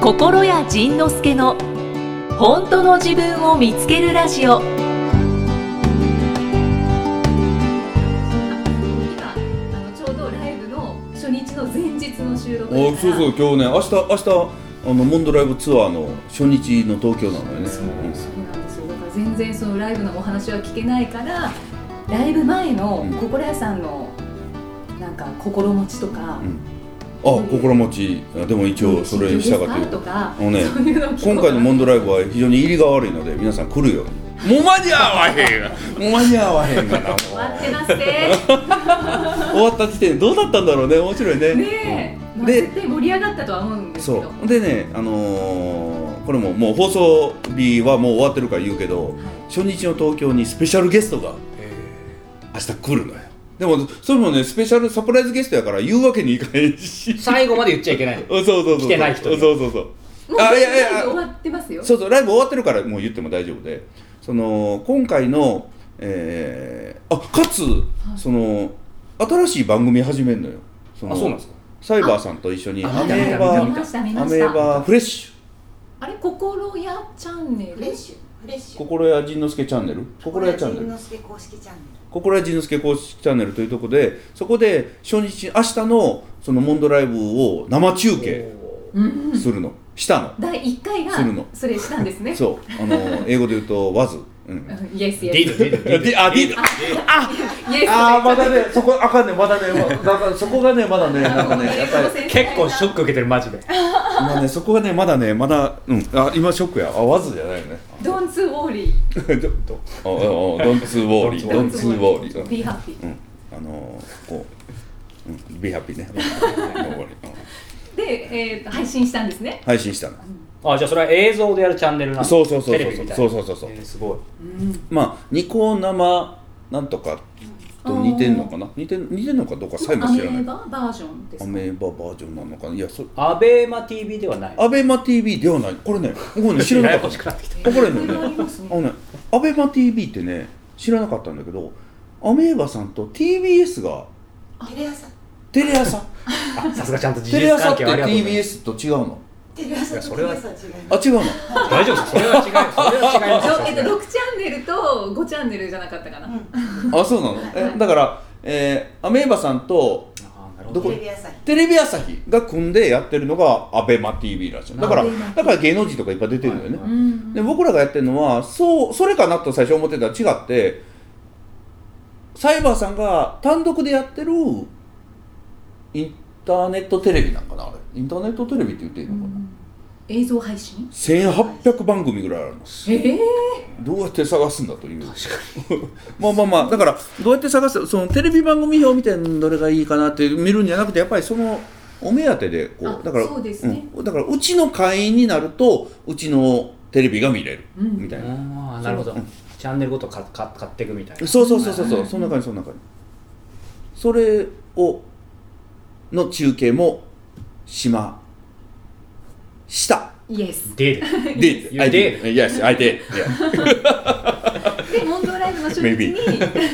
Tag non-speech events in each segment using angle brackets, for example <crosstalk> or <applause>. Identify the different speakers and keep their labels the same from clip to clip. Speaker 1: 心谷仁之助の本当の自分を見つけるラジオ
Speaker 2: 今あのちょうどライブの初日の前日の収録
Speaker 3: おそうそう今日ね明日明日あのモンドライブツアーの初日の東京なのよね
Speaker 2: そうなんですよだから全然そのライブのお話は聞けないからライブ前の
Speaker 3: うん
Speaker 2: 心屋さんのなんか心持ちとか、
Speaker 3: うんあ心持ちあでも一応それに従って
Speaker 2: とか
Speaker 3: あのね
Speaker 2: そういうのを聞こう
Speaker 3: 今回のモンドライブは非常に入りが悪いので皆さん来るようにもう間に合わへんよもう間に合わへんからもう
Speaker 2: 待って
Speaker 3: <laughs>
Speaker 2: ますね
Speaker 3: 終わった時点でどうだったんだろうね面白いね
Speaker 2: ねえ、
Speaker 3: うん
Speaker 2: まあ
Speaker 3: で
Speaker 2: 絶対盛り上がったとは思うんですけど
Speaker 3: そ、うでねあのーこれももう放送日はもう終わってるから言うけど初日の東京にスペシャルゲストが明日来るのよでもそれもねスペシャルサプライズゲストやから言うわけにいかへんし
Speaker 4: 最後まで言っちゃいけない
Speaker 3: うんそうそうそう
Speaker 4: <laughs> 来てない人
Speaker 3: うんそうそうそう
Speaker 2: もう
Speaker 3: あいやい
Speaker 2: ライ
Speaker 3: や
Speaker 2: ブ終わってますよ
Speaker 3: そうそうライブ終わってるからもう言っても大丈夫でその今回のえーあかつ、その新しい番組始めるのよその
Speaker 4: あそうなんですか
Speaker 3: サイバーさんと一緒に
Speaker 4: あ
Speaker 3: アメー
Speaker 2: 見
Speaker 3: バ
Speaker 2: ました見
Speaker 3: ア
Speaker 2: まし
Speaker 3: メー
Speaker 2: た
Speaker 3: バフレッシ
Speaker 2: あれ心屋チャンネル
Speaker 5: フレッシュフレッシ
Speaker 3: ュ
Speaker 5: ュ
Speaker 3: 心屋仁之助チャンネル心屋チャンネル
Speaker 5: 心之助公式チャンネル
Speaker 3: 心屋仁之助公式チャンネルというところでそこで初日明日のそのモンドライブを生中継
Speaker 2: うん
Speaker 3: するの、したの
Speaker 2: 第1回が
Speaker 3: するの
Speaker 2: それしたんですね
Speaker 3: そうあの英語で言うと「わず」うん
Speaker 2: う、んイエスイ
Speaker 4: デ
Speaker 2: エスイエス
Speaker 4: ィドディ
Speaker 3: あディ
Speaker 2: と
Speaker 3: ああ
Speaker 2: か
Speaker 3: まだねそこあかんねまだねまだからそこがねまだねなんかねやっぱり
Speaker 4: 結構ショック受けてるマジで
Speaker 3: 今ねそこがねまだねまだうんあ今ショックやあわずじゃないよね
Speaker 2: ドンツウォーリー
Speaker 3: ちょっとおおおドンツーウォーリードンツーウォーリー
Speaker 2: ビーハッピー
Speaker 3: うんあのー、こう、うん、ビハピねうん
Speaker 2: で、えーと、配信したんですね
Speaker 3: 配信したの
Speaker 4: あじゃあそれは映像でやるチャンネルなんだ
Speaker 3: そうそうそうそう
Speaker 4: テレビみたいな
Speaker 3: そうそうそうそう
Speaker 4: えーすごい
Speaker 3: まあニコ生なんとかと似てんのかな似てん似てんのかどうかさえも
Speaker 2: アメ
Speaker 3: 知らな
Speaker 2: ー
Speaker 3: い
Speaker 2: ババージョンです
Speaker 3: ア
Speaker 2: か
Speaker 3: メーババージョンなのかないやそ
Speaker 4: アベマ TV ではない
Speaker 3: アベマ TV ではないこれね僕ね知らな
Speaker 4: や
Speaker 3: かった
Speaker 4: やこしくなってきた
Speaker 3: あこれね
Speaker 2: いろいろありますね
Speaker 3: あのねアベマ t v ってね知らなかったんだけどアメーバさんと TBS が
Speaker 5: テレ朝
Speaker 3: テレ朝
Speaker 4: あさすがちゃんと事
Speaker 3: テレ
Speaker 4: 実
Speaker 3: 朝
Speaker 4: 関
Speaker 3: って
Speaker 4: 係はありがとうございます
Speaker 3: TBS と違うの
Speaker 5: テレ
Speaker 4: い
Speaker 5: 朝
Speaker 4: や
Speaker 5: と
Speaker 4: そ
Speaker 5: テ
Speaker 4: れ
Speaker 5: レ
Speaker 4: は
Speaker 5: 朝は違います
Speaker 3: あ違うの
Speaker 4: 大丈夫ですそれは違いそれは
Speaker 2: え
Speaker 4: 違
Speaker 2: っ
Speaker 4: い
Speaker 2: と、
Speaker 4: ます
Speaker 2: 6チャンネルと5チャンネルじゃなかったかな、
Speaker 3: あそうなのえだから、えーアメーバさんと
Speaker 4: あーなるほ
Speaker 3: ど
Speaker 5: テ
Speaker 3: こ
Speaker 5: レビ朝日
Speaker 3: テレビ朝日が組んでやってるのがアベマ t v らしいだから
Speaker 2: アベマ
Speaker 3: だから芸能人とかいっぱい出てるのよね、
Speaker 4: はい
Speaker 2: うん
Speaker 3: で僕らがやってるのはそうそれかなと最初思ってたら違ってサイバーさんが単独でやってるインターネットテレビなんかなあれインターネットテレビって言っていいのかな、
Speaker 2: 映像配信
Speaker 3: 1800番組ぐらいあるの
Speaker 2: えー、
Speaker 3: どうやって探すんだという <laughs> まあまあまあだからどうやって探すそのテレビ番組表みたいなのどれがいいかなって見るんじゃなくてやっぱりそのお目当てでこ
Speaker 2: あ
Speaker 3: うだから
Speaker 2: そうですね
Speaker 3: うんだからうちの会員になるとうちのテレビが見れる
Speaker 2: うん
Speaker 3: みたいな、
Speaker 4: あーなるほどチャンネルごとかか買っていくみたいな
Speaker 3: そうそうそうそうそうそんな感じそんな感じそれをの中継もしま
Speaker 4: <laughs>
Speaker 3: した
Speaker 2: イエス
Speaker 4: で
Speaker 3: Did
Speaker 4: You
Speaker 3: I
Speaker 4: did.
Speaker 3: did Yes I did yeah.
Speaker 2: でモンドライブの初日に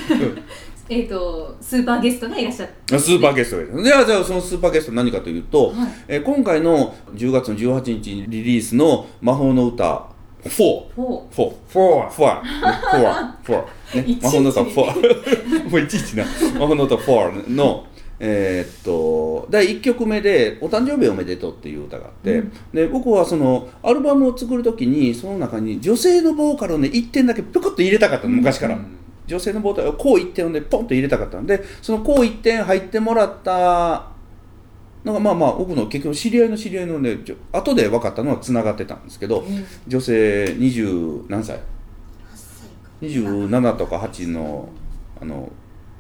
Speaker 2: <laughs> えっとスーパーゲストがいらっしゃって
Speaker 3: スーパーゲストがいるじゃあじゃあそのスーパーゲスト何かというと、
Speaker 2: はい
Speaker 3: えー今回の10月の18日にリリースの「魔法の歌4」
Speaker 2: ほう
Speaker 3: 4
Speaker 4: for
Speaker 3: フォア、ね、フォア、フォア、ね、魔法の歌フォア、 <laughs> もういちいちな、魔法の歌フォアの、えーっと、第1曲目で、お誕生日おめでとうっていう歌があって、で、僕はその、アルバムを作るときに、その中に女性のボーカルをね、1点だけぴょこっと入れたかったの、昔から。女性のボーカルをこう1点をね、ポンと入れたかったんで、そのこう1点入ってもらったなんかまあまあ僕の結局知り合いの知り合いのねちょ後で分かったのはつながってたんですけど女性二十何歳
Speaker 5: 8歳か
Speaker 3: 27とか8のあの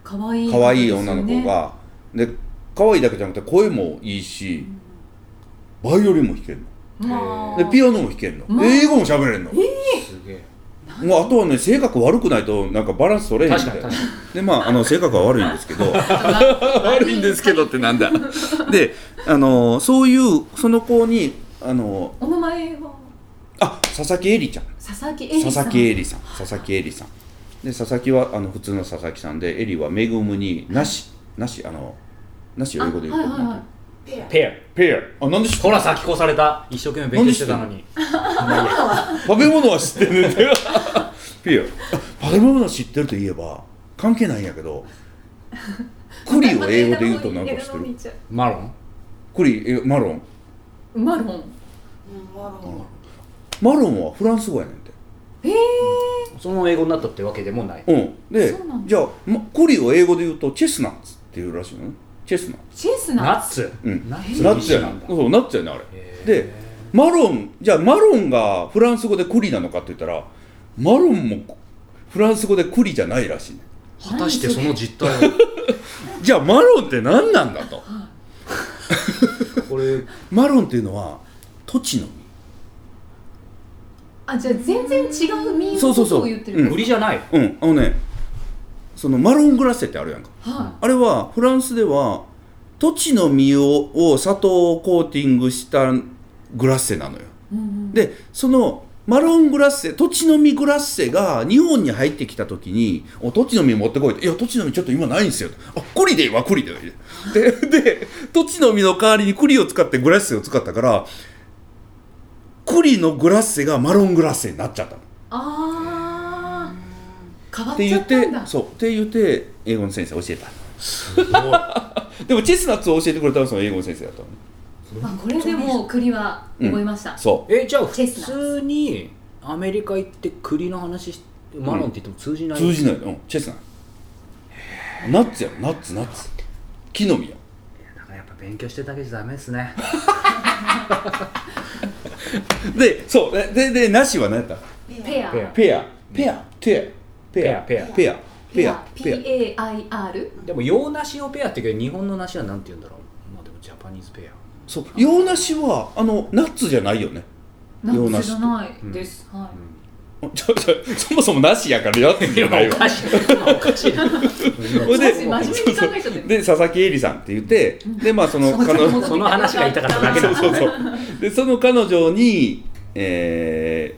Speaker 2: かわいい
Speaker 3: 可愛い女の子がで可愛いだけじゃなくて声もいいしバイオリンも弾ける
Speaker 2: ま
Speaker 3: の
Speaker 2: あ
Speaker 3: でピアノも弾けるの
Speaker 2: まあ
Speaker 3: で英語も喋れるの
Speaker 4: すげえ
Speaker 3: もうあとはね性格悪くないとなんかバランス取れへんみたい
Speaker 4: 確
Speaker 3: な
Speaker 4: かに確
Speaker 3: でまああの性格は悪いんで
Speaker 2: <laughs>
Speaker 3: すけど悪いんですけどってなんだ <laughs> であのそういうその子にあの
Speaker 2: お名前は
Speaker 3: あ佐々木絵里ちゃん
Speaker 2: 佐々木絵里さん
Speaker 3: 佐々木絵里さん佐々木絵里さんで佐々木はあの普通の佐々木さんで絵里は「恵む」に「なし」「なし」あの「なし」を英語で言うと
Speaker 2: あはいはいはい
Speaker 5: ペア
Speaker 4: ペア
Speaker 3: ペアあなんで知って
Speaker 4: ほら先越された一生懸命勉強してたのに
Speaker 3: 食べ物は知ってるん <laughs> だよピエあ食べ物は知ってると言えば関係ないんやけど栗を英語で言うとなんか知ってる
Speaker 2: てる
Speaker 4: マロン
Speaker 3: 栗えマロン
Speaker 2: マロン
Speaker 5: うんマロン
Speaker 3: マロンはフランス語やねんて
Speaker 2: へえ
Speaker 4: その英語になったってわけでもない
Speaker 3: うんで
Speaker 2: そうなんだ
Speaker 3: じゃあ、ま、栗を英語で言うとチェスナッツっていうらしいのねチェスナッ
Speaker 2: チェス
Speaker 4: ナ
Speaker 2: ナ
Speaker 4: ッツ
Speaker 3: ツうん
Speaker 4: ナッ
Speaker 3: ナッツや
Speaker 4: な
Speaker 3: ね
Speaker 4: ん
Speaker 3: ん
Speaker 4: だ
Speaker 3: そうナッツやねんあれ
Speaker 4: へー
Speaker 3: でマロンじゃあマロンがフランス語で栗なのかって言ったらマロンもフランス語で栗じゃないらしいねん
Speaker 4: 果たしてその実態は
Speaker 3: じゃあマロンって何なんだと
Speaker 4: これ
Speaker 3: マロンっていうのは土地の
Speaker 2: あじゃあ全然違う民
Speaker 3: そ
Speaker 2: 族
Speaker 3: うそうそう
Speaker 2: を言って
Speaker 3: う
Speaker 2: る
Speaker 3: ん
Speaker 4: 売りじゃない
Speaker 3: 実うんあのねそのマロングラッセってあるやんか
Speaker 2: は
Speaker 3: あれはフランスでは土地の実をを砂糖をコーティングしたグラッセなのよ
Speaker 2: いうんうん
Speaker 3: でそのマロングラッセ土地の実グラッセが日本に入ってきた時に「お土地の実持ってこい」って「いや土地の実ちょっと今ないんですよ」あ栗でいいわ栗でいい」でで土地の実の代わりに栗を使ってグラッセを使ったから栗のグラッセがマロングラッセになっちゃったの
Speaker 2: ああ変わ
Speaker 3: っ
Speaker 2: ってち
Speaker 3: 言
Speaker 2: ゃ
Speaker 3: っ
Speaker 2: ったん
Speaker 3: て
Speaker 2: だ
Speaker 3: そうって言って英語の先生教えた
Speaker 4: すごい
Speaker 3: <laughs> でもチェスナッツを教えてくれたのはその英語の先生だったのね
Speaker 2: まあこれでもう栗は覚えました、
Speaker 3: そ
Speaker 4: えじゃあ
Speaker 2: チェ
Speaker 4: 普
Speaker 2: スナッツ
Speaker 4: 通にアメリカ行って栗の話しマロンって言っても通じ
Speaker 3: う
Speaker 4: ない、
Speaker 3: 通じないの、うん、チェスナッツナッツやナッツナッツ木の実や
Speaker 4: だからやっぱ勉強してたけじゃダメですね
Speaker 3: でそうでででなしは何やった
Speaker 2: ペア
Speaker 4: ペア
Speaker 3: ペアペアテアペア
Speaker 4: ペア
Speaker 3: ペアペアペア
Speaker 2: PAIR
Speaker 4: でも洋梨をペアって言うけど日本の梨はなんて言うんだろうまあでもジャパニーズペア
Speaker 3: そう洋梨はあのナッツじゃないよね <laughs>
Speaker 2: ナ
Speaker 3: 洋
Speaker 2: ッ
Speaker 3: 梨
Speaker 2: ツじゃないです、はい
Speaker 3: あちょちょそもそもなしやからナッツじゃないわ
Speaker 2: <laughs>
Speaker 4: おかしいおかしいな
Speaker 3: ほいで
Speaker 2: 真面目に考えちゃってる
Speaker 3: で佐々木絵里さんって言ってでまあその彼女
Speaker 4: その話が言いたかっただけなんです
Speaker 3: そう
Speaker 4: ね
Speaker 3: そうでその彼女に、え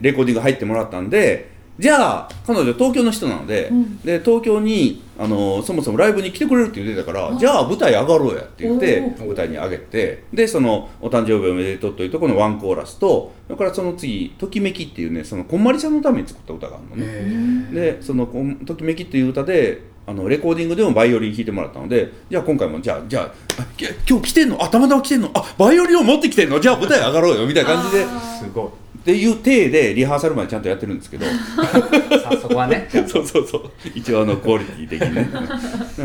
Speaker 3: ーレコーディング入ってもらったんでじゃあ彼女東京の人なので,、
Speaker 2: うん
Speaker 3: で東京にあのそもそもライブに来てくれるって言ってたから
Speaker 2: あ
Speaker 3: じゃあ舞台上がろうやって言って
Speaker 2: お
Speaker 4: ー
Speaker 3: 舞台に上げてでその「お誕生日おめでとう」というところのワンコーラスとそれからその次「ときめき」っていうねそのこんまりさんのために作った歌があるのね。でそのこん「ときめき」っていう歌であのレコーディングでもバイオリン弾いてもらったのでじゃあ今回もじゃあじゃああき今日来てんのあたまたま来てんのあバイオリンを持ってきてんのじゃあ舞台上がろうよみたいな感じでっ
Speaker 4: すご
Speaker 3: ていう体でリハーサルまでちゃんとやってるんですけど
Speaker 4: いさあそこはね
Speaker 3: そうそうそう一応あのクオリティ的に <laughs> ねだか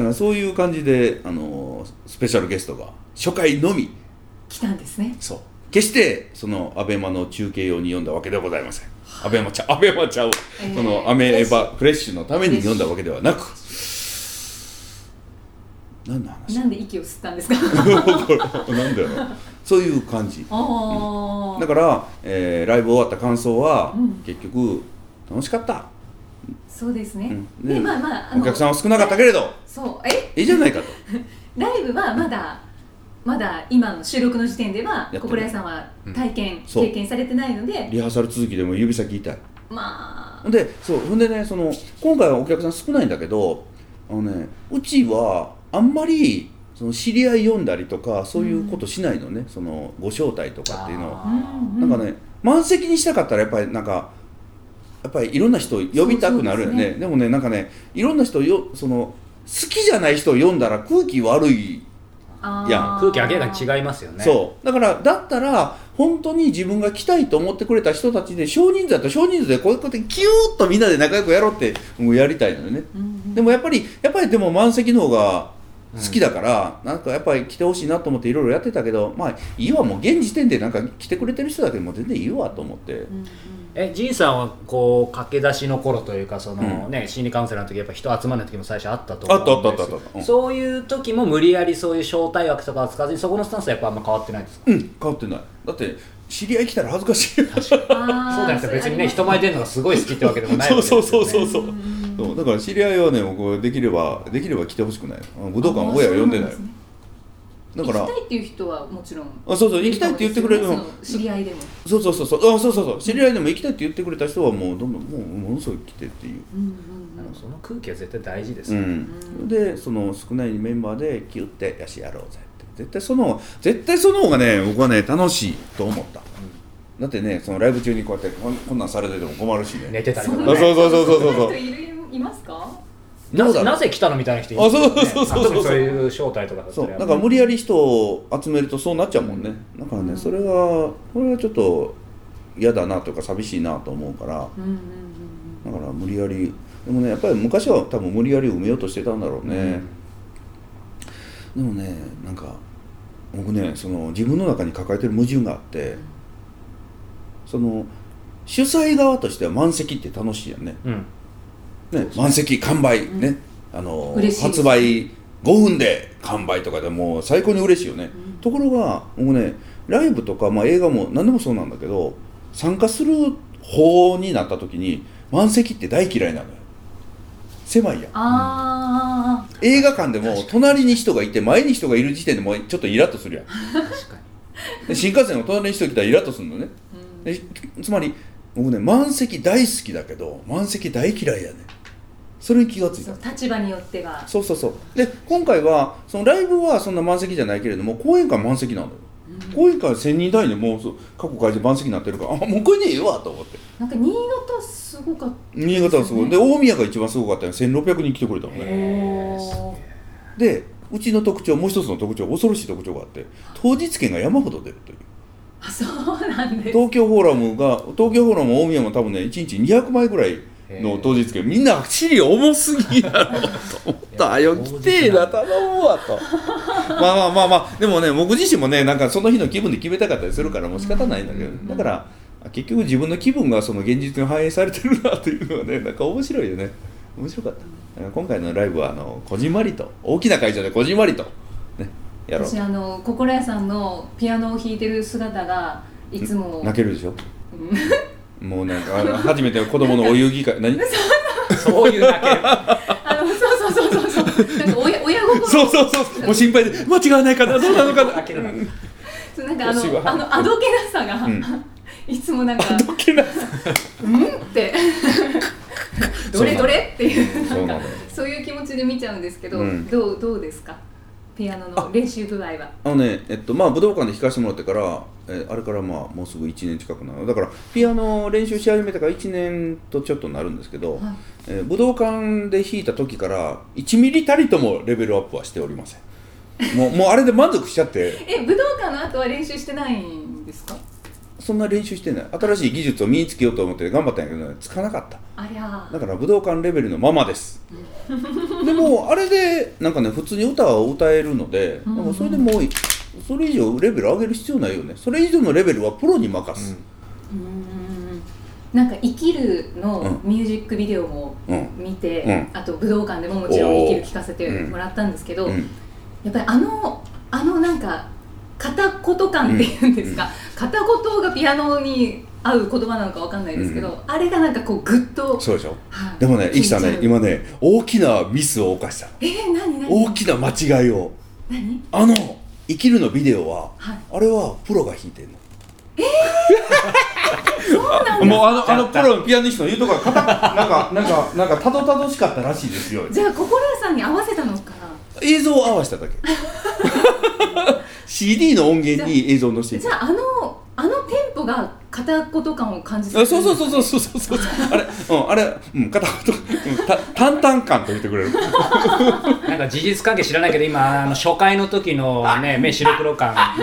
Speaker 3: らそういう感じであのスペシャルゲストが初回のみ
Speaker 2: 来たんですね
Speaker 3: そう決してそのアベマの中継用に読んだわけではございませんアベマちゃうアベマちゃう、
Speaker 2: えー
Speaker 3: そのアメエバフレッシュのために読んだわけではなく何の <laughs> 話
Speaker 2: なんで息を吸ったんですか <laughs>
Speaker 3: なんだよそういう感じ
Speaker 2: ああ
Speaker 3: だから、えーライブ終わった感想は、
Speaker 2: うん
Speaker 3: 結局楽しかった、
Speaker 2: そうです
Speaker 3: う
Speaker 2: ね、
Speaker 3: ん
Speaker 2: で
Speaker 3: で
Speaker 2: まあまああ
Speaker 3: お
Speaker 2: の
Speaker 3: 客さんは少なかったけれど
Speaker 2: そうえ
Speaker 3: いいじゃないかと
Speaker 2: ライブはまだまだ今の収録の時点では
Speaker 3: ってない
Speaker 2: 心屋さんは体験、
Speaker 3: そう
Speaker 2: 経験されてないので
Speaker 3: リハーサル続きでも指先痛い
Speaker 2: まあ
Speaker 3: でそうほんでねその今回はお客さん少ないんだけどあのねうちはあんまりその知り合い読んだりとかそういうことしないのね、そのご招待とかっていうの
Speaker 4: あ
Speaker 3: は
Speaker 4: ー
Speaker 2: うん
Speaker 3: なんかね満席にしたかったらやっぱりなんかやっぱりいろんな人を呼びたくなるよ
Speaker 2: そう
Speaker 3: ね
Speaker 2: そう
Speaker 3: で
Speaker 2: です
Speaker 3: もねなんかねいろんな人をよその好きじゃない人を読んだら空気悪い、
Speaker 2: あー
Speaker 3: いや
Speaker 4: 空気明らかに違いますよね
Speaker 3: そうだからだったら本当に自分が来たいと思ってくれた人たちで少人数だと少人数でこういうことでキューッとみんなで仲良くやろうってもうやりたいのよね
Speaker 2: うんうん
Speaker 3: でもやっぱりやっぱりでも満席の方が好きだから、なんかやっぱり来てほしいなと思っていろいろやってたけどまあいいわもう現時点でなんか来てくれてる人だけでもう全然いいわと思って、
Speaker 2: うんうん
Speaker 4: えじいさんはこう駆け出しの頃というかその、
Speaker 3: う
Speaker 4: ね心理カウンセラーの時やっぱ人集まらない時も最初あったと
Speaker 3: あったあった
Speaker 4: 思
Speaker 3: あ
Speaker 4: うん
Speaker 3: った
Speaker 4: で
Speaker 3: あった
Speaker 4: すよ
Speaker 3: うん
Speaker 4: そういう時も無理やりそういう招待枠とかは使わずにそこのスタンスはやっぱあんま変わってないですか
Speaker 3: うん変わってないだって知り合い来たら恥ずかしい
Speaker 2: あー
Speaker 4: そうじゃなくて別にね人
Speaker 2: それあります
Speaker 4: 前出るのがすごい好きってわけでもない
Speaker 3: そう
Speaker 4: わけです
Speaker 3: そ
Speaker 4: よ
Speaker 3: う
Speaker 4: ね
Speaker 3: そうそうそう,、
Speaker 2: ん
Speaker 3: そうだから知り合いはね僕できればできれば来てほしくないうん武道館親は呼んでない
Speaker 2: あそうなんですね
Speaker 3: だから
Speaker 2: 行きたいっていう人はもちろん
Speaker 3: あそうそう行きたいって言ってくれる
Speaker 2: その知り合いでも、
Speaker 3: そうそうそうそうあそうそうそう知り合いでも行きたいって言ってくれた人はもうどんどんもうものすごい来てっていう
Speaker 2: うんうん
Speaker 4: あのその空気は絶対大事です
Speaker 3: う
Speaker 4: ね、
Speaker 3: ん、でその少ないメンバーでキュッて「よしやろうぜ」って絶対その絶対その方がね僕はね楽しいと思った、だってねそのライブ中にこうやってこんこんなんされてても困るしね
Speaker 4: 寝てたりと
Speaker 3: う
Speaker 4: か
Speaker 3: あそう
Speaker 4: ね
Speaker 3: そうそうそうそう
Speaker 2: 人いるいますか？
Speaker 4: な
Speaker 3: ど
Speaker 4: ぜ
Speaker 3: うだろう
Speaker 4: なぜ来たのみたいな人いる
Speaker 3: あそうそうそうそう
Speaker 4: あそういう招待とかだった
Speaker 3: そう
Speaker 4: ら
Speaker 3: なんか無理やり人を集めるとそうなっちゃうもんね、だからねそれはこれはちょっと嫌だなというか寂しいなと思うから
Speaker 2: うんうんうん
Speaker 3: だから無理やりでもねやっぱり昔は多分無理やり埋めようとしてたんだろうね、でもねなんか僕ねその自分の中に抱えてる矛盾があって、その主催側としては満席って楽しいやんね
Speaker 4: うん
Speaker 3: ね満席完売、
Speaker 2: うん
Speaker 3: ねあの
Speaker 2: 嬉しいです
Speaker 3: 発売5分で完売とかでもう最高に嬉しいよね、
Speaker 2: うん
Speaker 3: ところが僕ねライブとか、まあ、映画も何でもそうなんだけど参加する方になった時に満席って大嫌いなのよ狭いやん
Speaker 2: ああ、
Speaker 3: 映画館でも隣に人がいて前に人がいる時点でもうちょっとイラッとするやん
Speaker 4: 確かに
Speaker 3: で新幹線の隣に人来たらイラッとするのね
Speaker 2: うん
Speaker 3: でつまり僕ね満席大好きだけど満席大嫌いやねそれに気がつい
Speaker 2: そ
Speaker 3: た
Speaker 2: う立場によっては。
Speaker 3: そうそうそうで今回はそのライブはそんな満席じゃないけれども講演会満席なのよ
Speaker 2: うん
Speaker 3: 講演会1000人単位でもうそう過去会場満席になってるからあもうこれでええわと思って
Speaker 2: なんか新潟すごかっ
Speaker 3: 新潟はすごいで大宮が一番すごかったよ1600人来てくれたもんね
Speaker 4: へー
Speaker 2: おー
Speaker 4: すげえ
Speaker 3: でうちの特徴もう一つの特徴恐ろしい特徴があって当日券が山ほど出るという
Speaker 2: た。あ、そうなんです。
Speaker 3: 東京フォーラムが東京フォーラムも大宮も多分ね1日200枚ぐらいの当日券みんな地理重すぎやろと思ったあよ来てえな頼むわ
Speaker 4: <laughs>
Speaker 3: とまあまあまあまあでもね僕自身もねなんかその日の気分で決めたかったりするからもう仕方ないんだけど、
Speaker 4: うん
Speaker 3: だから結局自分の気分がその現実に反映されてるなというのはねなんか面白いよね面白かった今回のライブはあのこじんまりと大きな会場でこじんまりとねやろう
Speaker 2: 私あの心屋さんのピアノを弾いてる姿がいつも
Speaker 3: 泣けるでしょ
Speaker 2: うん
Speaker 3: もうなんかあの初めて子供のお遊戯会何
Speaker 4: そういうだけ
Speaker 2: あのそうそうそうそうそうなんか親親心
Speaker 3: そうそうそう、もう心配で、間違わないかな、どうなのかな。
Speaker 4: けるな
Speaker 2: そうなんかあ
Speaker 3: 腰は
Speaker 2: のあのあどけなさが、
Speaker 3: うん
Speaker 2: <laughs> いつもなんか
Speaker 3: あどけなさ。
Speaker 2: うん
Speaker 3: <laughs>
Speaker 2: ってどれどれっていう
Speaker 3: そうなのよ。
Speaker 2: そういう気持ちで見ちゃうんですけど、
Speaker 3: うん
Speaker 2: どうどうですかピアノの練習具合は
Speaker 3: あのね、えっと、まあ、武道館で弾かせてもらってから、えーあれから、まあ、もうすぐ1年近くなる。だから、ピアノ練習し始めてから1年とちょっとなるんですけど。
Speaker 2: はい
Speaker 3: えー武道館で弾いた時から、1ミリたりともレベルアップはしておりません。もう、もうあれで満足しちゃって、
Speaker 2: え武道館の後は練習してないんですか
Speaker 3: そんな練習してない。新しい技術を身につけようと思って頑張ったんやけどね、つかなかった。
Speaker 2: ありゃ
Speaker 3: だから武道館レベルのままですでもあれでなんかね普通に歌を歌えるので
Speaker 2: うん
Speaker 3: なんかそれでもうそれ以上レベル上げる必要ないよねそれ以上のレベルはプロに任す、
Speaker 2: うーんなんか「生きる」のミュージックビデオも
Speaker 3: うん
Speaker 2: 見て、
Speaker 3: うん
Speaker 2: あと武道館でももちろん「生きる」聞かせてもらったんですけど、
Speaker 3: うん
Speaker 2: やっぱりあのあのなんか片言感っていうんですか、片言がピアノに合う言葉なのかわかんないですけど、
Speaker 3: う
Speaker 2: あれがなんかこうグッと
Speaker 3: そうでしょ
Speaker 2: はい
Speaker 3: でもねイキさんね
Speaker 2: 緊張
Speaker 3: 今ね大きなミスを犯した
Speaker 2: えー、何何
Speaker 3: 大きな間違いを
Speaker 2: 何
Speaker 3: あの「生きる」のビデオは、
Speaker 2: はい
Speaker 3: あれはプロが弾いてんの <laughs>
Speaker 2: そうなんだ
Speaker 3: もうあのあのプロのピアニストの言うとこが硬くなんかなんかなんかたどたどしかったらしいですよ
Speaker 2: じゃあ心屋さんに合わせたのかな
Speaker 3: 映像を合わせただけ CD の音源に映像を載せてい
Speaker 2: じ
Speaker 3: く
Speaker 2: ゃああのあのテンポが片言感を感じ
Speaker 3: あそうそうそううそうそうそうそうあれうんあれうん片言うんた淡々感と言ってくれる
Speaker 4: なんか事実関係知らないけど今あの初回の時のね目白黒感を <laughs>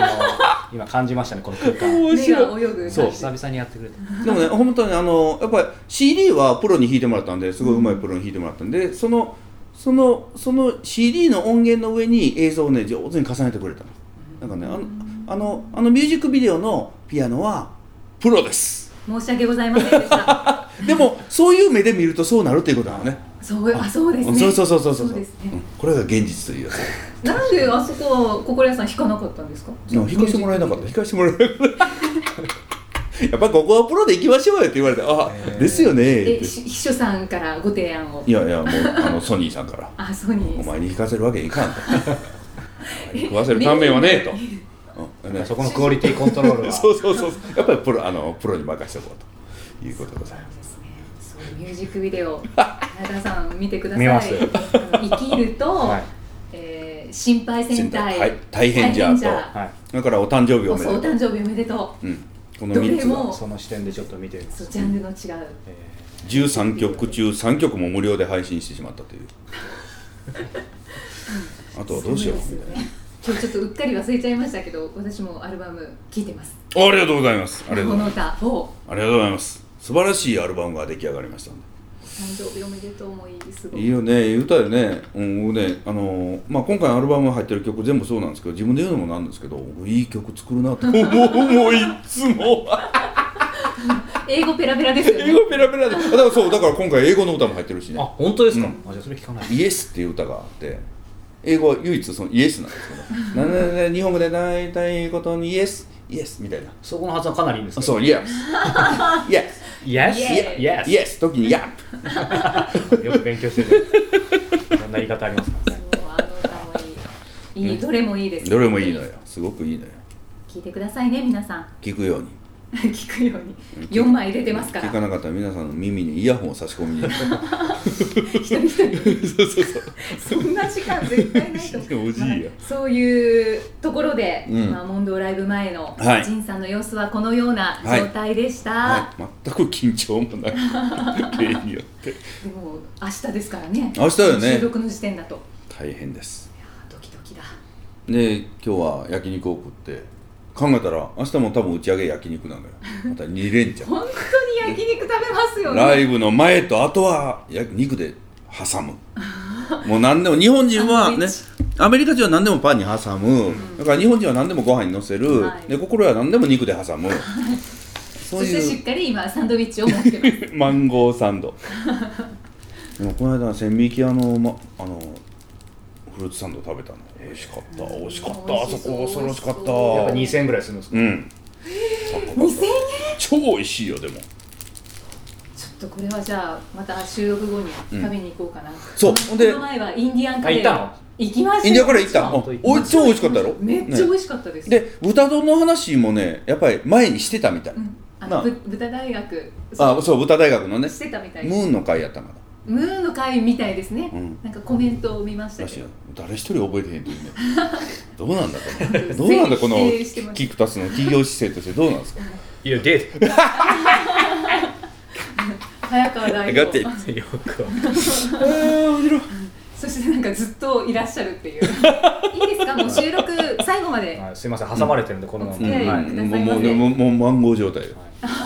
Speaker 4: 今感じましたねこの空間
Speaker 3: 面
Speaker 2: 目
Speaker 3: 白い
Speaker 2: が泳ぐ
Speaker 4: そう
Speaker 2: 感じ
Speaker 4: 久々にやってくれた
Speaker 3: でもね本当にあのやっぱり CD はプロに弾いてもらったんですごい上手いプロに弾いてもらったんでそのそのその CD の音源の上に映像をね上手に重ねてくれたのなんかねあのあのあのミュージックビデオのピアノはプロです
Speaker 2: 申し訳ございませんでした
Speaker 3: <laughs> でもそういう目で見るとそうなるということなのね
Speaker 2: そうあそうです
Speaker 3: うん
Speaker 2: ね
Speaker 3: そうそうそうそうそう
Speaker 2: ですね、
Speaker 3: んこれが現実というやつ
Speaker 2: なんであそこは心屋さん弾かなかったんですか
Speaker 3: 引かしてもらえなかった引かしてもらえなかったやっぱここはプロで行きましょうよって言われてあ
Speaker 4: へー
Speaker 3: ですよねっ
Speaker 2: え
Speaker 3: て
Speaker 2: し秘書さんからご提案を
Speaker 3: いやいやもうあのソニーさ
Speaker 2: <laughs>
Speaker 3: んから
Speaker 2: あそう
Speaker 3: お
Speaker 2: に
Speaker 3: 前に引かせるわけにい
Speaker 2: <laughs>
Speaker 3: かんとお前に食わせる勘弁はねえとうんね
Speaker 4: そこのクオリティコントロールは
Speaker 3: そうそうそうやっぱりプロあのプロに任せておこうということでございます
Speaker 2: ですねそうミュージッ
Speaker 3: <laughs>
Speaker 2: クビデオ皆さん見てください
Speaker 4: 見ます
Speaker 2: あの生きると、
Speaker 4: はい
Speaker 2: えー心配戦隊
Speaker 3: はい大変じゃ
Speaker 2: 大
Speaker 3: あ
Speaker 2: 変じゃ
Speaker 3: と
Speaker 4: はい
Speaker 3: だからお誕生日お
Speaker 2: お
Speaker 3: めで
Speaker 2: そうお
Speaker 3: とう
Speaker 2: 誕生日おめでと
Speaker 3: うんこの
Speaker 2: どれ
Speaker 3: 3つが
Speaker 2: も
Speaker 4: その視点でちょっと見てみま
Speaker 2: う
Speaker 4: す
Speaker 2: そうジャンルの違う
Speaker 4: え
Speaker 3: 13曲中3曲も無料で配信してしまっ
Speaker 2: <laughs>
Speaker 3: たというあとはどうしよう
Speaker 2: そう
Speaker 3: み
Speaker 2: です
Speaker 3: た
Speaker 2: よ
Speaker 3: いな
Speaker 2: ね今日ちょっとうっかり忘れちゃいましたけど私もアルバム聴いてます
Speaker 3: ありがとうございますありがとう
Speaker 2: こ
Speaker 3: ご
Speaker 2: の
Speaker 3: ざいます
Speaker 2: 歌4
Speaker 3: ありがとうございます素晴らしいアルバムが出来上がりましたんで
Speaker 2: 誕生日おめでとうもいいすごい
Speaker 3: いいよね、いい歌よね、うん、僕ね、あのーまあ、今回アルバム入ってる曲全部そうなんですけど、自分で言うのもなんですけど、僕いい曲作るなと思う、もういっつも、
Speaker 2: <laughs> 英語ペラペラですよ
Speaker 3: 英
Speaker 2: ね
Speaker 3: 語ペラペラで、あだからそう、だから今回英語の歌も入ってるし
Speaker 4: ーあ
Speaker 3: ね、
Speaker 4: 本当ですか、
Speaker 3: うん
Speaker 4: あじゃあそれ聞かない
Speaker 3: イエスっていう歌があって、英語は唯一そのイエスなんですけ
Speaker 2: <laughs>
Speaker 3: ど、ななな日本語で大体ことにイエス、イエスみたいな、
Speaker 4: そこの発音かなりいいんです
Speaker 3: あ
Speaker 4: け
Speaker 3: そ
Speaker 4: ど
Speaker 3: う、イエ
Speaker 2: <laughs>
Speaker 3: ス、イエ
Speaker 4: Yes?
Speaker 2: Yes
Speaker 4: Yes?
Speaker 3: ス、イエス、時にヤッ
Speaker 4: よく勉強してるこんな言い方ありますか
Speaker 2: そうあの歌もいいいいどれもいいです
Speaker 3: プ、どれもいいのよ、すごくいいのよ、
Speaker 2: 聞いてくださいね皆さん
Speaker 3: 聞くように。
Speaker 2: 聞くように4枚入れてますか
Speaker 3: 聞からなかったら皆さんの耳にイヤホンを差し込みに
Speaker 2: 一人一人
Speaker 3: <laughs> そうそうそ
Speaker 2: そ
Speaker 3: う
Speaker 2: んな時間絶対
Speaker 3: <laughs>
Speaker 2: ないと
Speaker 3: おじいや
Speaker 2: まあそういうところで、
Speaker 3: うん
Speaker 2: まあ、問答ライブ前の、
Speaker 3: はい
Speaker 2: ジンさんの様子はこのような状態でした、
Speaker 3: はい、全く緊張もなく例によって
Speaker 2: でも明日ですからね
Speaker 3: 明日だよね
Speaker 2: 収録の時点だとい
Speaker 3: 大変です
Speaker 2: やードキドキだ
Speaker 3: で今日は焼肉を食って考えたら明日も多分打ち上げ焼肉なのよまた2連チャ
Speaker 2: 本当に焼肉食べますよ
Speaker 3: ン
Speaker 2: ね
Speaker 3: ライブの前と後は焼肉で挟むもう何でも日本人はねアメリカ人は何でもパンに挟む、だから日本人は何でもご飯にのせる、
Speaker 2: はい
Speaker 3: で心は何でも肉で挟むそ
Speaker 2: そしてしっかり今サンドイッチを持ってます <laughs>
Speaker 3: マンゴーサンドでもこの間千疋屋の,、ま、あのフルーツサンド食べたの美味しかった美味しかったあそこ恐ろしかった
Speaker 4: やっぱ2000円ぐらいするんですか、
Speaker 3: うん
Speaker 2: 2000円
Speaker 3: 超美味しいよでも
Speaker 2: ちょっとこれはじゃあまた収録後に食べに行こうかな、
Speaker 3: そう
Speaker 2: こ
Speaker 3: ほん
Speaker 2: の
Speaker 3: で
Speaker 2: 前はインディアンカレー
Speaker 4: あ行ったの
Speaker 2: 行きました
Speaker 3: インディアから行った
Speaker 4: ち
Speaker 3: あ
Speaker 4: ゃんと行き
Speaker 3: お
Speaker 4: ま
Speaker 3: い超美味しかったやろ
Speaker 2: めっちゃ美
Speaker 3: ね
Speaker 2: 味しかったです、
Speaker 3: で豚丼の話もねやっぱり前にしてたみたい、
Speaker 2: うん、あ
Speaker 3: なあ
Speaker 2: のぶ豚大学
Speaker 3: あそう豚大学のね
Speaker 2: してたみたい
Speaker 3: ム
Speaker 2: です
Speaker 3: ーンの会やったから
Speaker 2: ムーンの会みたいですね、
Speaker 3: うん
Speaker 2: なんかコメントを見ました
Speaker 3: らし
Speaker 2: け
Speaker 3: い
Speaker 2: ど
Speaker 3: よ誰一人覚えてへんって
Speaker 2: <laughs>
Speaker 3: いうねどうなんだこ
Speaker 2: う
Speaker 3: の
Speaker 2: ん
Speaker 3: どうなんだこの
Speaker 2: 否定してます
Speaker 3: キクタスの企業姿勢としてどうなんですか
Speaker 4: いやデー
Speaker 2: 早川大
Speaker 3: 上がってい
Speaker 2: 吾
Speaker 3: く
Speaker 4: トよくわかん
Speaker 3: あー面白い
Speaker 2: そしてなんかずっといらっしゃる
Speaker 3: <laughs>
Speaker 2: っていういいですかもう収録最後まで
Speaker 4: ないすいません挟まれてるんでこのまま、
Speaker 2: お付き合い
Speaker 4: は
Speaker 2: く
Speaker 4: い
Speaker 2: ださ
Speaker 3: もう
Speaker 2: い
Speaker 3: も
Speaker 2: ま
Speaker 3: う
Speaker 2: せ
Speaker 3: ねもうもうマンゴー状態よ。
Speaker 2: <laughs>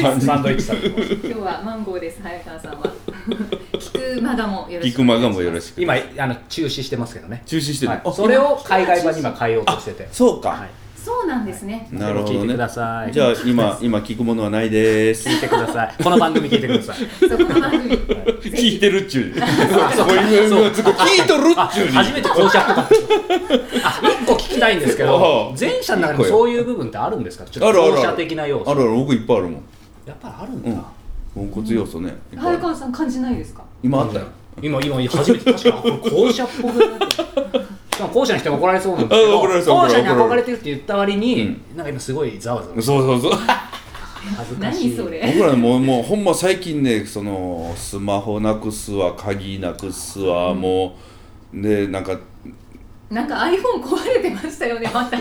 Speaker 4: サンドイッチさんでも
Speaker 2: 今日はマンゴーです早川さんは <laughs> 聞く間がもよろし
Speaker 3: ギ
Speaker 2: く
Speaker 3: クマガもよろしく。
Speaker 4: 今あの中止してますけどね、
Speaker 3: 中止してる
Speaker 4: は。い、それを海外版に今変えようとしてて
Speaker 3: そうか。
Speaker 4: はい
Speaker 2: そうなんですね、
Speaker 3: なるほ
Speaker 4: 聞
Speaker 3: ど
Speaker 4: いてくだ
Speaker 3: ね。
Speaker 4: さい
Speaker 3: じゃあ今今聞くものはないです。
Speaker 4: 聞いてくださいこの番組聞いてく
Speaker 3: <laughs>
Speaker 4: ださい
Speaker 2: そこの番組
Speaker 3: 聞いてるっちゅう。聞いとるっちゅうに。
Speaker 4: 初めて紅茶っぽかったあ一個聞きたいんですけ
Speaker 3: あ
Speaker 4: ど
Speaker 3: あ
Speaker 4: 前者の中でもそういう部分ってあるんですかちょ
Speaker 3: あ
Speaker 4: っ
Speaker 3: る
Speaker 4: と
Speaker 3: ある
Speaker 4: 紅茶的な要
Speaker 3: あ
Speaker 4: 素
Speaker 3: るある僕いっぱいあるもん。
Speaker 4: やっぱりあるん
Speaker 3: う
Speaker 4: だ、
Speaker 3: ん。温骨要素ね。いっぱいあ
Speaker 2: 早
Speaker 3: る
Speaker 2: 川さん感じないですか
Speaker 3: 今あったよ。
Speaker 4: 今今初めて確かにあこれ校舎っぽくないしかも校舎の人に怒られそうなんですけ
Speaker 3: あ
Speaker 4: ど
Speaker 3: 怒られる怒ら
Speaker 4: 校
Speaker 3: れ
Speaker 4: 舎
Speaker 3: る
Speaker 4: に憧れてるって言った割に、
Speaker 3: うん
Speaker 4: なんか今すごいざわざわ
Speaker 3: そうそうそう。
Speaker 4: 恥ずかしい
Speaker 2: 何それ
Speaker 3: 僕らもうもうほんま最近ねそのスマホなくすわ鍵なくすわもうでなんか
Speaker 2: なんか iPhone 壊れてましたよねまた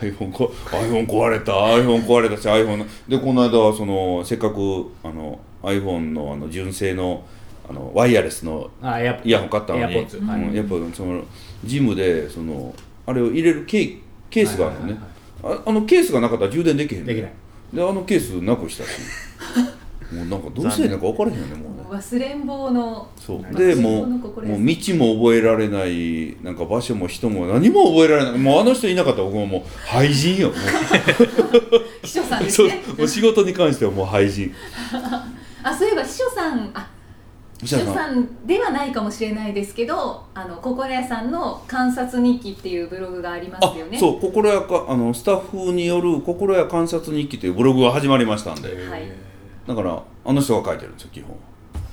Speaker 3: iPhone, こ iPhone 壊れた iPhone 壊れたし iPhone のでこの間はそのせっかくあの iPhone のあの純正のあのワイヤレスの
Speaker 4: あやっぱ
Speaker 3: イヤホン買ったのに
Speaker 4: エアポッツ
Speaker 3: うん
Speaker 4: はい
Speaker 3: やっぱそのジムでそのあれを入れるケーケースがあるのね、
Speaker 4: はいはい
Speaker 3: ああのケースがなかったら充電できへんの
Speaker 4: できない
Speaker 3: であのケースなくしたし <laughs> もうなんかどうせなんか分からへんよねもうね
Speaker 2: もう忘れん坊の
Speaker 3: そう
Speaker 4: い
Speaker 3: で
Speaker 2: 自
Speaker 3: もう
Speaker 2: 分の
Speaker 3: もう
Speaker 2: 心
Speaker 3: 道
Speaker 2: です
Speaker 3: も覚えられないなんか場所も人も何も覚えられないもうあの人いなかったら僕ももう廃人
Speaker 4: <laughs>
Speaker 3: よも
Speaker 2: 秘書さん
Speaker 3: う
Speaker 2: です
Speaker 3: そう
Speaker 2: ね
Speaker 3: お仕事に関してはもう廃人
Speaker 2: あそういえば秘書さんあ秘
Speaker 3: 石
Speaker 2: 書
Speaker 3: 田さん
Speaker 2: さんではないかもしれないですけどあの心屋さんの観察日記っていうブログがありま
Speaker 3: あ
Speaker 2: すよね
Speaker 3: そう心やかあのスタッフによる「心や観察日記」というブログが始まりましたんで
Speaker 2: はい
Speaker 3: だからあの人が書いてるんですよ基本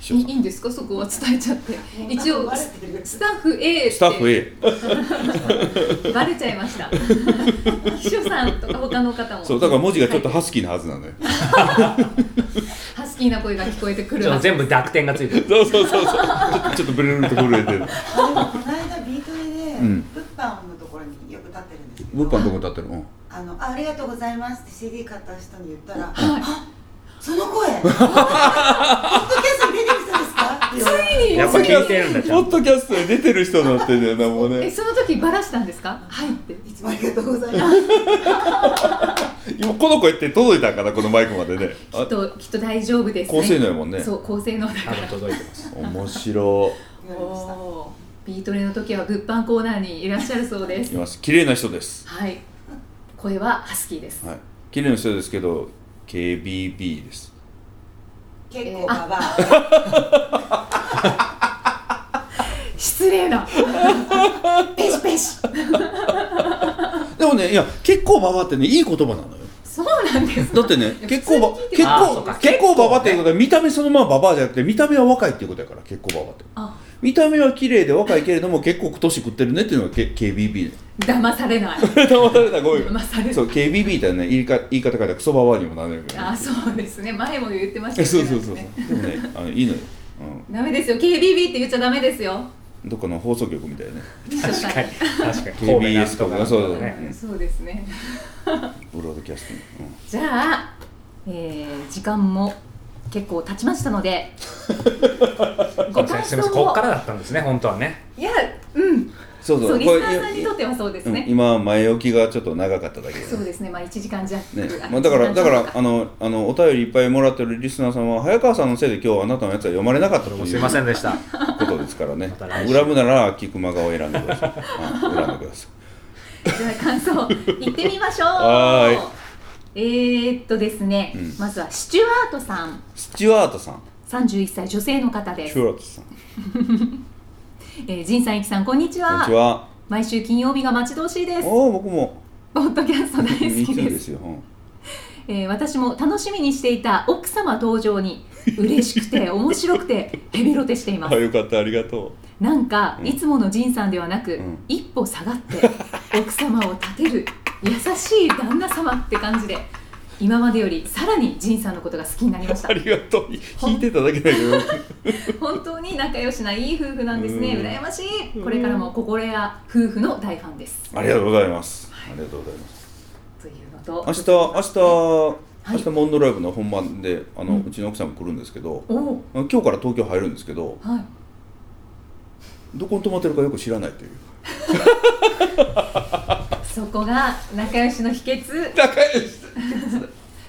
Speaker 3: 秘書
Speaker 2: い
Speaker 3: さ
Speaker 2: いいんですかそこは伝えちゃって一応
Speaker 5: バレ
Speaker 2: ス
Speaker 5: てる
Speaker 2: スタッフ A って
Speaker 3: んスタッフ A
Speaker 2: バレちゃいま
Speaker 3: <laughs>
Speaker 2: した秘書さんとか他の方も
Speaker 3: そうだから文字がちょっと
Speaker 2: はい
Speaker 3: ハスキーなはずなのよ
Speaker 2: ハスキーな声が聞こえてく
Speaker 4: ち
Speaker 2: る
Speaker 4: ょっと
Speaker 2: はず
Speaker 4: 全部濁点がついてる
Speaker 3: そうそうそうそうちょっとちょっとブレると震えてる
Speaker 5: あでもこの間ビートレで
Speaker 3: うん
Speaker 5: 物販のところによく立ってるんですけど
Speaker 3: 物販のとこ立ってる、うん、
Speaker 5: あのあありがとうございますって CD 買った人に言ったら、
Speaker 2: はい
Speaker 5: あそ
Speaker 3: <laughs>
Speaker 5: の声ポッドキャストに出てきたんですかって言われて
Speaker 4: やっぱ聞いてるんだちゃ
Speaker 3: ポ
Speaker 4: ん
Speaker 3: ッ
Speaker 4: と
Speaker 3: ドキャストで出てる人になってんだよなもう
Speaker 2: え
Speaker 3: ね
Speaker 2: その時バラしたんですかはいって
Speaker 5: いつもありがとうございます
Speaker 3: 今この声って届いたんかなこのマイクまでね
Speaker 2: きっときっと大丈夫ですね
Speaker 3: 高性能やもんね
Speaker 2: そう高性能だ
Speaker 4: 多
Speaker 2: か
Speaker 4: 分
Speaker 2: ら
Speaker 4: 届いてます
Speaker 3: 面白
Speaker 5: 言われました
Speaker 2: おービートレの時は物販コーナーにいらっしゃるそうで
Speaker 3: い
Speaker 2: す
Speaker 3: ます綺麗な人です
Speaker 2: はい声はハスキーです
Speaker 3: はい綺麗な人ですけど KBB です
Speaker 5: 結構ババア
Speaker 2: 失礼
Speaker 3: <laughs>
Speaker 2: な
Speaker 5: ペシペシ
Speaker 3: でもねいや結構ババってねいい言葉なのよ
Speaker 2: そうなんです
Speaker 3: だってね
Speaker 2: いや
Speaker 3: 結構ば
Speaker 2: 普通に聞いて
Speaker 3: 結
Speaker 2: も
Speaker 4: あーそう
Speaker 3: 構
Speaker 4: か
Speaker 3: 結構ババっていうこ
Speaker 4: 結
Speaker 3: とは見た目そのままババアじゃなくて見た目は若いっていうことやから結構ババって
Speaker 2: あ
Speaker 3: 見た目は綺麗で若いけれども結構年食ってるねっていうのが K- KBB
Speaker 2: 騙されない
Speaker 3: <laughs> 騙されたごめん
Speaker 2: 騙され
Speaker 3: そ
Speaker 2: な
Speaker 3: う KBB ってね言いか言い方変えたらクソババアにもなれるけど、
Speaker 2: あそうですね前も言ってました
Speaker 3: え
Speaker 2: よ
Speaker 3: そうそうそうそう
Speaker 2: ね
Speaker 3: でもねあのいいのよ、
Speaker 2: ダメですよ KBB って言っちゃダメですよ
Speaker 3: うん、どっかの放送局みたいなね
Speaker 4: 確かに確かに
Speaker 3: KBS とか
Speaker 4: 神戸なん
Speaker 3: そうそう
Speaker 4: ね
Speaker 3: うん
Speaker 2: そうですね
Speaker 3: ブロードキャスティング、うん
Speaker 2: じゃあ、えー時間も結構経ちましたの
Speaker 3: <laughs>
Speaker 2: でご感想
Speaker 4: すみませんここ
Speaker 2: を
Speaker 4: からだったんですね本当はね
Speaker 2: いやうん
Speaker 3: そう
Speaker 2: そうリスナーさんにとってはそうです
Speaker 3: う
Speaker 2: ね
Speaker 3: ん、今前置きがちょっと長かっただけで
Speaker 2: そうですねまあ1時間弱
Speaker 3: ね
Speaker 2: あ
Speaker 3: まあ、だから
Speaker 2: 1時
Speaker 3: だ
Speaker 2: 間
Speaker 3: か
Speaker 2: 弱
Speaker 3: らあのあのお便りいっぱいもらってるリスナーさんは早川さんのせいで今日あなたのやつは読まれなかったという
Speaker 4: すみませんでした
Speaker 3: ことですからね
Speaker 4: た来週
Speaker 3: 恨むなら菊間がを選んでくだ
Speaker 4: <laughs>
Speaker 3: さい、うん選んでくださ
Speaker 2: じゃあ感想言ってみましょう
Speaker 3: は
Speaker 2: えー、っとですね、
Speaker 3: うん
Speaker 2: まずはシチュワートさん
Speaker 3: いスチュワートさん
Speaker 2: 31歳女性の方で
Speaker 3: ス
Speaker 2: す
Speaker 3: チュワートさんこ
Speaker 2: えー、仁さん、いきさん、こんにちは。
Speaker 3: んにちは
Speaker 2: 毎週金曜日が待ち遠しいです。
Speaker 3: おお僕も
Speaker 2: ポッドキャスト大好
Speaker 3: <laughs> い
Speaker 2: き
Speaker 3: つ
Speaker 2: です。
Speaker 3: ですよ、うん
Speaker 2: えー私も楽しみにしていた奥様登場に嬉しくて
Speaker 3: <laughs>
Speaker 2: 面白くてヘビロテしていま
Speaker 3: あ
Speaker 2: す。
Speaker 3: よかったありが
Speaker 2: <laughs>
Speaker 3: と
Speaker 2: なんか、
Speaker 3: うん
Speaker 2: いつもの仁さんではなく、
Speaker 3: うん
Speaker 2: 一歩下がって奥様を立てる優しい旦那様って感じで。今までよりさらに仁さんのことが好きになりまし
Speaker 3: う
Speaker 2: た
Speaker 3: ありがとう聞いてただけだけど
Speaker 2: 本当に仲良しないい夫婦なんですね
Speaker 3: うん
Speaker 2: 羨ましいこれからも心や夫婦の大ファンです
Speaker 3: ありがとうございますありがとうございます
Speaker 2: というのと
Speaker 3: 明日明日
Speaker 2: はい
Speaker 3: 明日モンドライブの本番であの、
Speaker 2: う
Speaker 3: うんちの奥さんも来るんですけど
Speaker 2: おお
Speaker 3: 今日から東京入るんですけど
Speaker 2: はい
Speaker 3: どこに泊まってるかよく知らないという
Speaker 2: そこが仲良しの秘訣
Speaker 3: 仲良し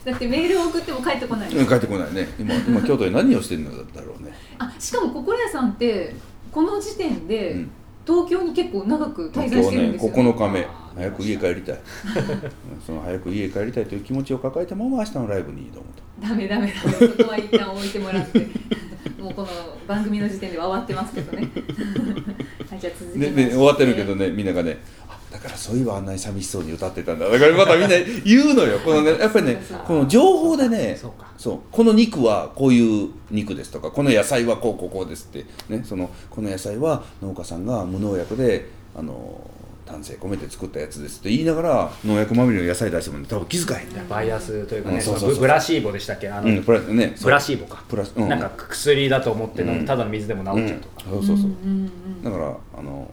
Speaker 2: だってメールを送っても返ってこない、
Speaker 3: うん帰ってこないね今今京都で何をしてるのだろうね、
Speaker 2: あしかも心屋さんってこの時点で、
Speaker 3: うん、
Speaker 2: 東京に結構長く滞在
Speaker 3: 今
Speaker 2: して
Speaker 3: 日
Speaker 2: るん
Speaker 3: ね
Speaker 2: ですよ、
Speaker 3: 9日目早く家帰りたいうんその早く家帰りたいという気持ちを抱えたまま明日のライブに挑むと
Speaker 2: ダメダメダメそこは一旦置いてもらって <laughs> もうこの番組の時点では終わってますけどね <laughs> はいじゃあ続きま
Speaker 3: ね
Speaker 2: して
Speaker 3: ね、終わってるけどねみんながねあだからそういえばあんなに寂しそうに歌ってたんだだからまたみんな言うのよこのねやっぱりね
Speaker 2: そうそう
Speaker 3: この情報でね
Speaker 4: そうか
Speaker 3: そうこの肉はこういう肉ですとかこの野菜はこうこうこうですって、ね、そのこの野菜は農家さんが無農薬であの丹精込めて作ったやつですって言いながら農薬まみれの野菜出してもね多分気遣いんだよ、
Speaker 4: バイアスというか
Speaker 3: う
Speaker 4: ね
Speaker 3: んそうそうそう
Speaker 4: そのブブラシーボでしたっけあの、
Speaker 3: うん、プラねそう
Speaker 4: ブラシーボか
Speaker 3: プラスうん
Speaker 4: なんか薬だと思って飲んで
Speaker 3: うん
Speaker 4: ただの水でも治っちゃうとか、
Speaker 3: うんそうそうそう、
Speaker 2: んうんう
Speaker 3: だ
Speaker 2: ん
Speaker 3: からあの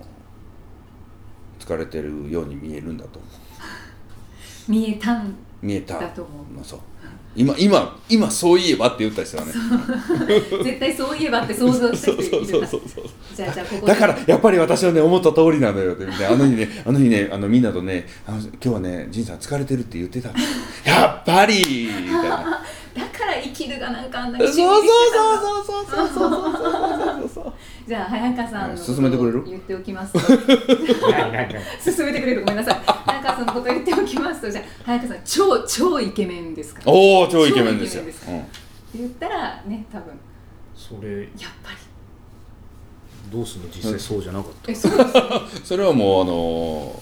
Speaker 3: 疲れてるように見えるんだと思う
Speaker 2: 見えたん
Speaker 3: 見えた
Speaker 2: だと思う
Speaker 3: まあ、そう今今今そういえばって言った人はね
Speaker 2: 絶対そういえばって想像した人いるなじゃあじゃあここで
Speaker 3: だからやっぱり私はね思った通りなのよっ
Speaker 2: <laughs>
Speaker 3: て言ってあの日ねあの日ねあのみんなとねあの今日はね仁さん疲れてるって言ってたのやっぱりみた
Speaker 2: <laughs>
Speaker 3: いな
Speaker 2: だから生きるがなんかあんな
Speaker 3: そう
Speaker 2: にしんみり
Speaker 3: そう
Speaker 2: してたんだ
Speaker 3: そうそうそうそうそうそ
Speaker 2: <laughs>
Speaker 3: うそうそう
Speaker 2: じゃあ早川さんのことを
Speaker 3: 進めてくれる
Speaker 2: 言っておきますと
Speaker 4: ないないない
Speaker 2: 進めてくれるごめんな <laughs> さい早川さんのこと言っておきますとじゃあ早川さん超超イケメンですから
Speaker 3: おお超イケメンですよ
Speaker 2: 超イケメ言ったらね多分
Speaker 4: それ
Speaker 2: やっぱり
Speaker 4: どうすんの実際そうじゃなかっ
Speaker 2: えそうですね
Speaker 3: うん、それはもうあの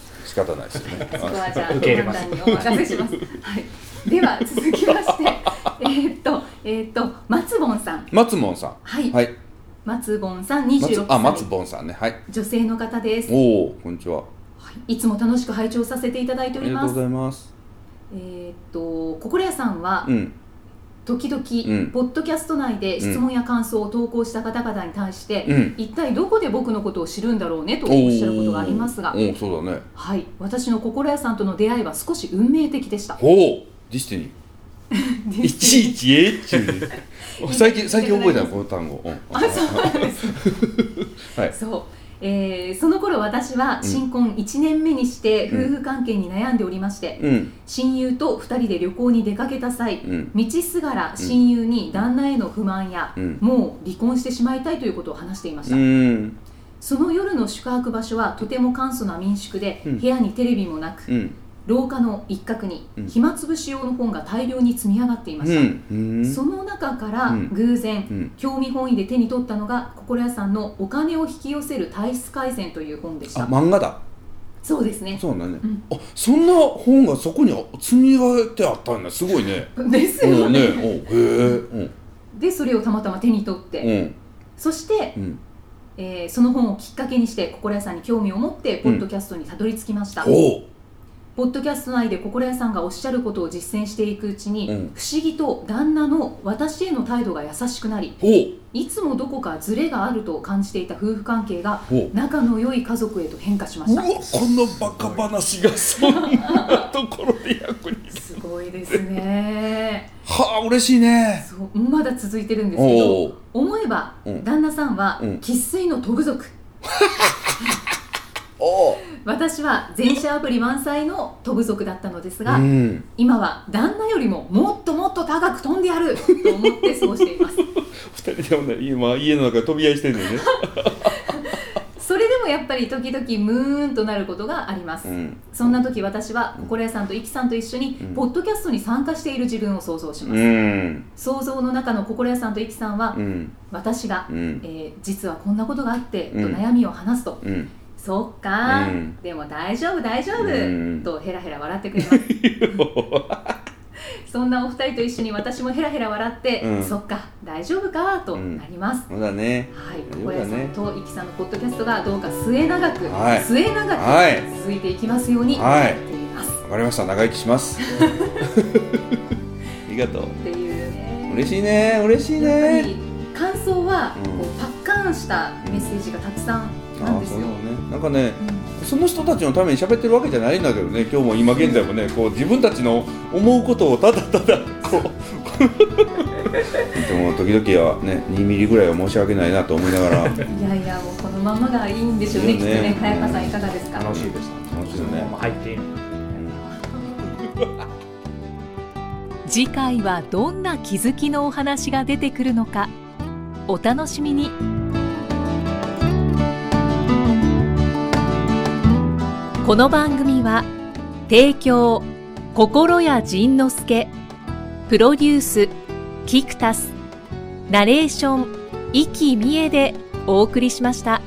Speaker 3: ー仕方ないです
Speaker 2: <laughs>
Speaker 3: よね
Speaker 2: そこはじゃあ
Speaker 4: 受け入れます
Speaker 2: 判断にお任せします、はい、では続きま <laughs> してえーっとえーっと松本さん
Speaker 3: 松門さん
Speaker 2: はい、
Speaker 3: はい
Speaker 2: 松本さん
Speaker 3: 松
Speaker 2: 26
Speaker 3: あ松
Speaker 2: 歳
Speaker 3: 本さんねはい
Speaker 2: 女性の方です、は、
Speaker 3: おおこんにちはい
Speaker 2: いつも楽しく拝聴させていただいて
Speaker 3: あ
Speaker 2: おり
Speaker 3: りが
Speaker 2: ま
Speaker 3: とうご
Speaker 2: す
Speaker 3: ざいます
Speaker 2: えーっと心屋さんは
Speaker 3: うん
Speaker 2: 時々、
Speaker 3: うん
Speaker 2: ポッドキャスト内で質問や感想を投稿した方々に対して、
Speaker 3: うん
Speaker 2: 一体どこで僕のことを知るんだろうねとおっしゃることがありますが
Speaker 3: お、ーおーそうだね
Speaker 2: はい、私の心屋さんとの出会いは少し運命的で <laughs> した。
Speaker 3: ほうディスティニーいちいちえっちゅう
Speaker 2: <laughs>
Speaker 3: ね最近最近覚えたのこの単語、うん
Speaker 2: あ、そうなんです。
Speaker 3: はい
Speaker 2: そう。えーその頃私は新婚1年目にして夫
Speaker 3: うん
Speaker 2: 婦関係に悩んでおりまして、
Speaker 3: うん
Speaker 2: 親友と2人で旅行に出かけた際、
Speaker 3: うん
Speaker 2: 道すがら親友に旦那への不満や、
Speaker 3: うん
Speaker 2: もう離婚してしまいたいということを話していまし
Speaker 3: う
Speaker 2: た、
Speaker 3: ん
Speaker 2: その夜の宿泊場所はとても簡素な民宿で、
Speaker 3: うん
Speaker 2: 部屋にテレビもなく、
Speaker 3: うん
Speaker 2: 廊下の一角に
Speaker 3: うん
Speaker 2: 暇つぶし用の本が大量に積み上がっていま
Speaker 3: う
Speaker 2: した、
Speaker 3: んうん
Speaker 2: その中から
Speaker 3: うん
Speaker 2: 偶然、
Speaker 3: うん
Speaker 2: 興味本位で手に取ったのが心屋さんの「お金を引き寄せる体質改善」という本でし
Speaker 3: あ
Speaker 2: た
Speaker 3: 漫画だ
Speaker 2: そうですね
Speaker 3: そうなんだね、
Speaker 2: うん
Speaker 3: あそんな本がそこに積み上げてあったんだすごいね
Speaker 2: です
Speaker 3: お
Speaker 2: よ
Speaker 3: うね
Speaker 2: ね
Speaker 3: おうへ
Speaker 2: でそれをたまたま手に取って、
Speaker 3: え
Speaker 2: そして、
Speaker 3: うんうん
Speaker 2: えーその本をきっかけにして心屋さんに興味を持ってポッドキャストにたどり着きました、
Speaker 3: おう
Speaker 2: ポッドキャスト内で心屋さんがおっしゃることを実践していくうちに、
Speaker 3: うん
Speaker 2: 不思議と旦那の私への態度が優しくなり
Speaker 3: おう
Speaker 2: いつもどこかズレがあると感じていた夫婦関係が
Speaker 3: おう
Speaker 2: 仲の良い家族へと変化しま
Speaker 3: う
Speaker 2: し
Speaker 3: わ
Speaker 2: た
Speaker 3: このバカ話がそんなところで役に
Speaker 2: すごいですね
Speaker 3: はあ嬉しいね
Speaker 2: そうまだ続いてるんですけ
Speaker 3: お
Speaker 2: ど
Speaker 3: う
Speaker 2: 思えば
Speaker 3: うん
Speaker 2: 旦那さんは
Speaker 3: うん
Speaker 2: 生粋のトグ族
Speaker 3: おう
Speaker 2: 私は全社アプリ満載のトグ族だったのですが、
Speaker 3: うん
Speaker 2: 今は旦那よりももっともっと高く飛んでやると思って過ごしています
Speaker 3: <laughs> 二人でもね今家の中で飛び合いしてんだよね
Speaker 2: それでもやっぱり時々ムーンとなることがあります、
Speaker 3: うん
Speaker 2: そんな時私は心屋さんとイキさんと一緒に
Speaker 3: うん
Speaker 2: ポッドキャストに参加している自分を想像します、
Speaker 3: うん
Speaker 2: 想像の中の心屋さんとイキさんは、
Speaker 3: うん
Speaker 2: 私が、
Speaker 3: うん
Speaker 2: えー実はこんなことがあって」と
Speaker 3: うん
Speaker 2: 悩みを話すと「
Speaker 3: うん
Speaker 2: そっかー、
Speaker 3: うん
Speaker 2: でも大丈夫大丈夫」
Speaker 3: うん
Speaker 2: とヘラヘラ笑ってくれ
Speaker 3: <laughs>
Speaker 2: ますそんなお二人と一緒に私もヘラヘラ笑って「
Speaker 3: うん
Speaker 2: そっか大丈夫か」となります、
Speaker 3: そうだね
Speaker 2: はい、
Speaker 3: そう
Speaker 2: 小
Speaker 3: だ
Speaker 2: 屋さん
Speaker 3: ね
Speaker 2: とイキさんのポッドキャストがどうか末永く、
Speaker 3: はい
Speaker 2: 末永
Speaker 3: はい
Speaker 2: く続いていきますように
Speaker 3: はい
Speaker 2: 願っています、
Speaker 3: わかりました長生きしますありがとう
Speaker 2: っていうね
Speaker 3: 嬉しいね嬉しい
Speaker 2: やっぱ
Speaker 3: ね
Speaker 2: り感想は、
Speaker 3: うん
Speaker 2: こうパッカーンしたメッセージがたくさんなんです
Speaker 3: そう
Speaker 2: よ、
Speaker 3: だ
Speaker 2: うん
Speaker 3: ねなんかねその人たちのために喋ってるわけじゃないんだけどね今日も今現在もねこう自分たちの思うことをただただこうでも時々はね2ミリぐらいは申し訳ないなと思いながら楽
Speaker 2: いやいやもうこのままがいいんでしょうね
Speaker 3: いい
Speaker 2: きっ
Speaker 3: よ
Speaker 2: と
Speaker 3: ね
Speaker 2: ね早川さんいかがですか、
Speaker 4: 楽しいです
Speaker 3: しいよね
Speaker 4: 入っていいの
Speaker 1: 次回はどんな気づきのお話が出てくるのかお楽しみにこの番組は提供心谷仁之助プロデュースキクタスナレーション生きみえでお送りしました。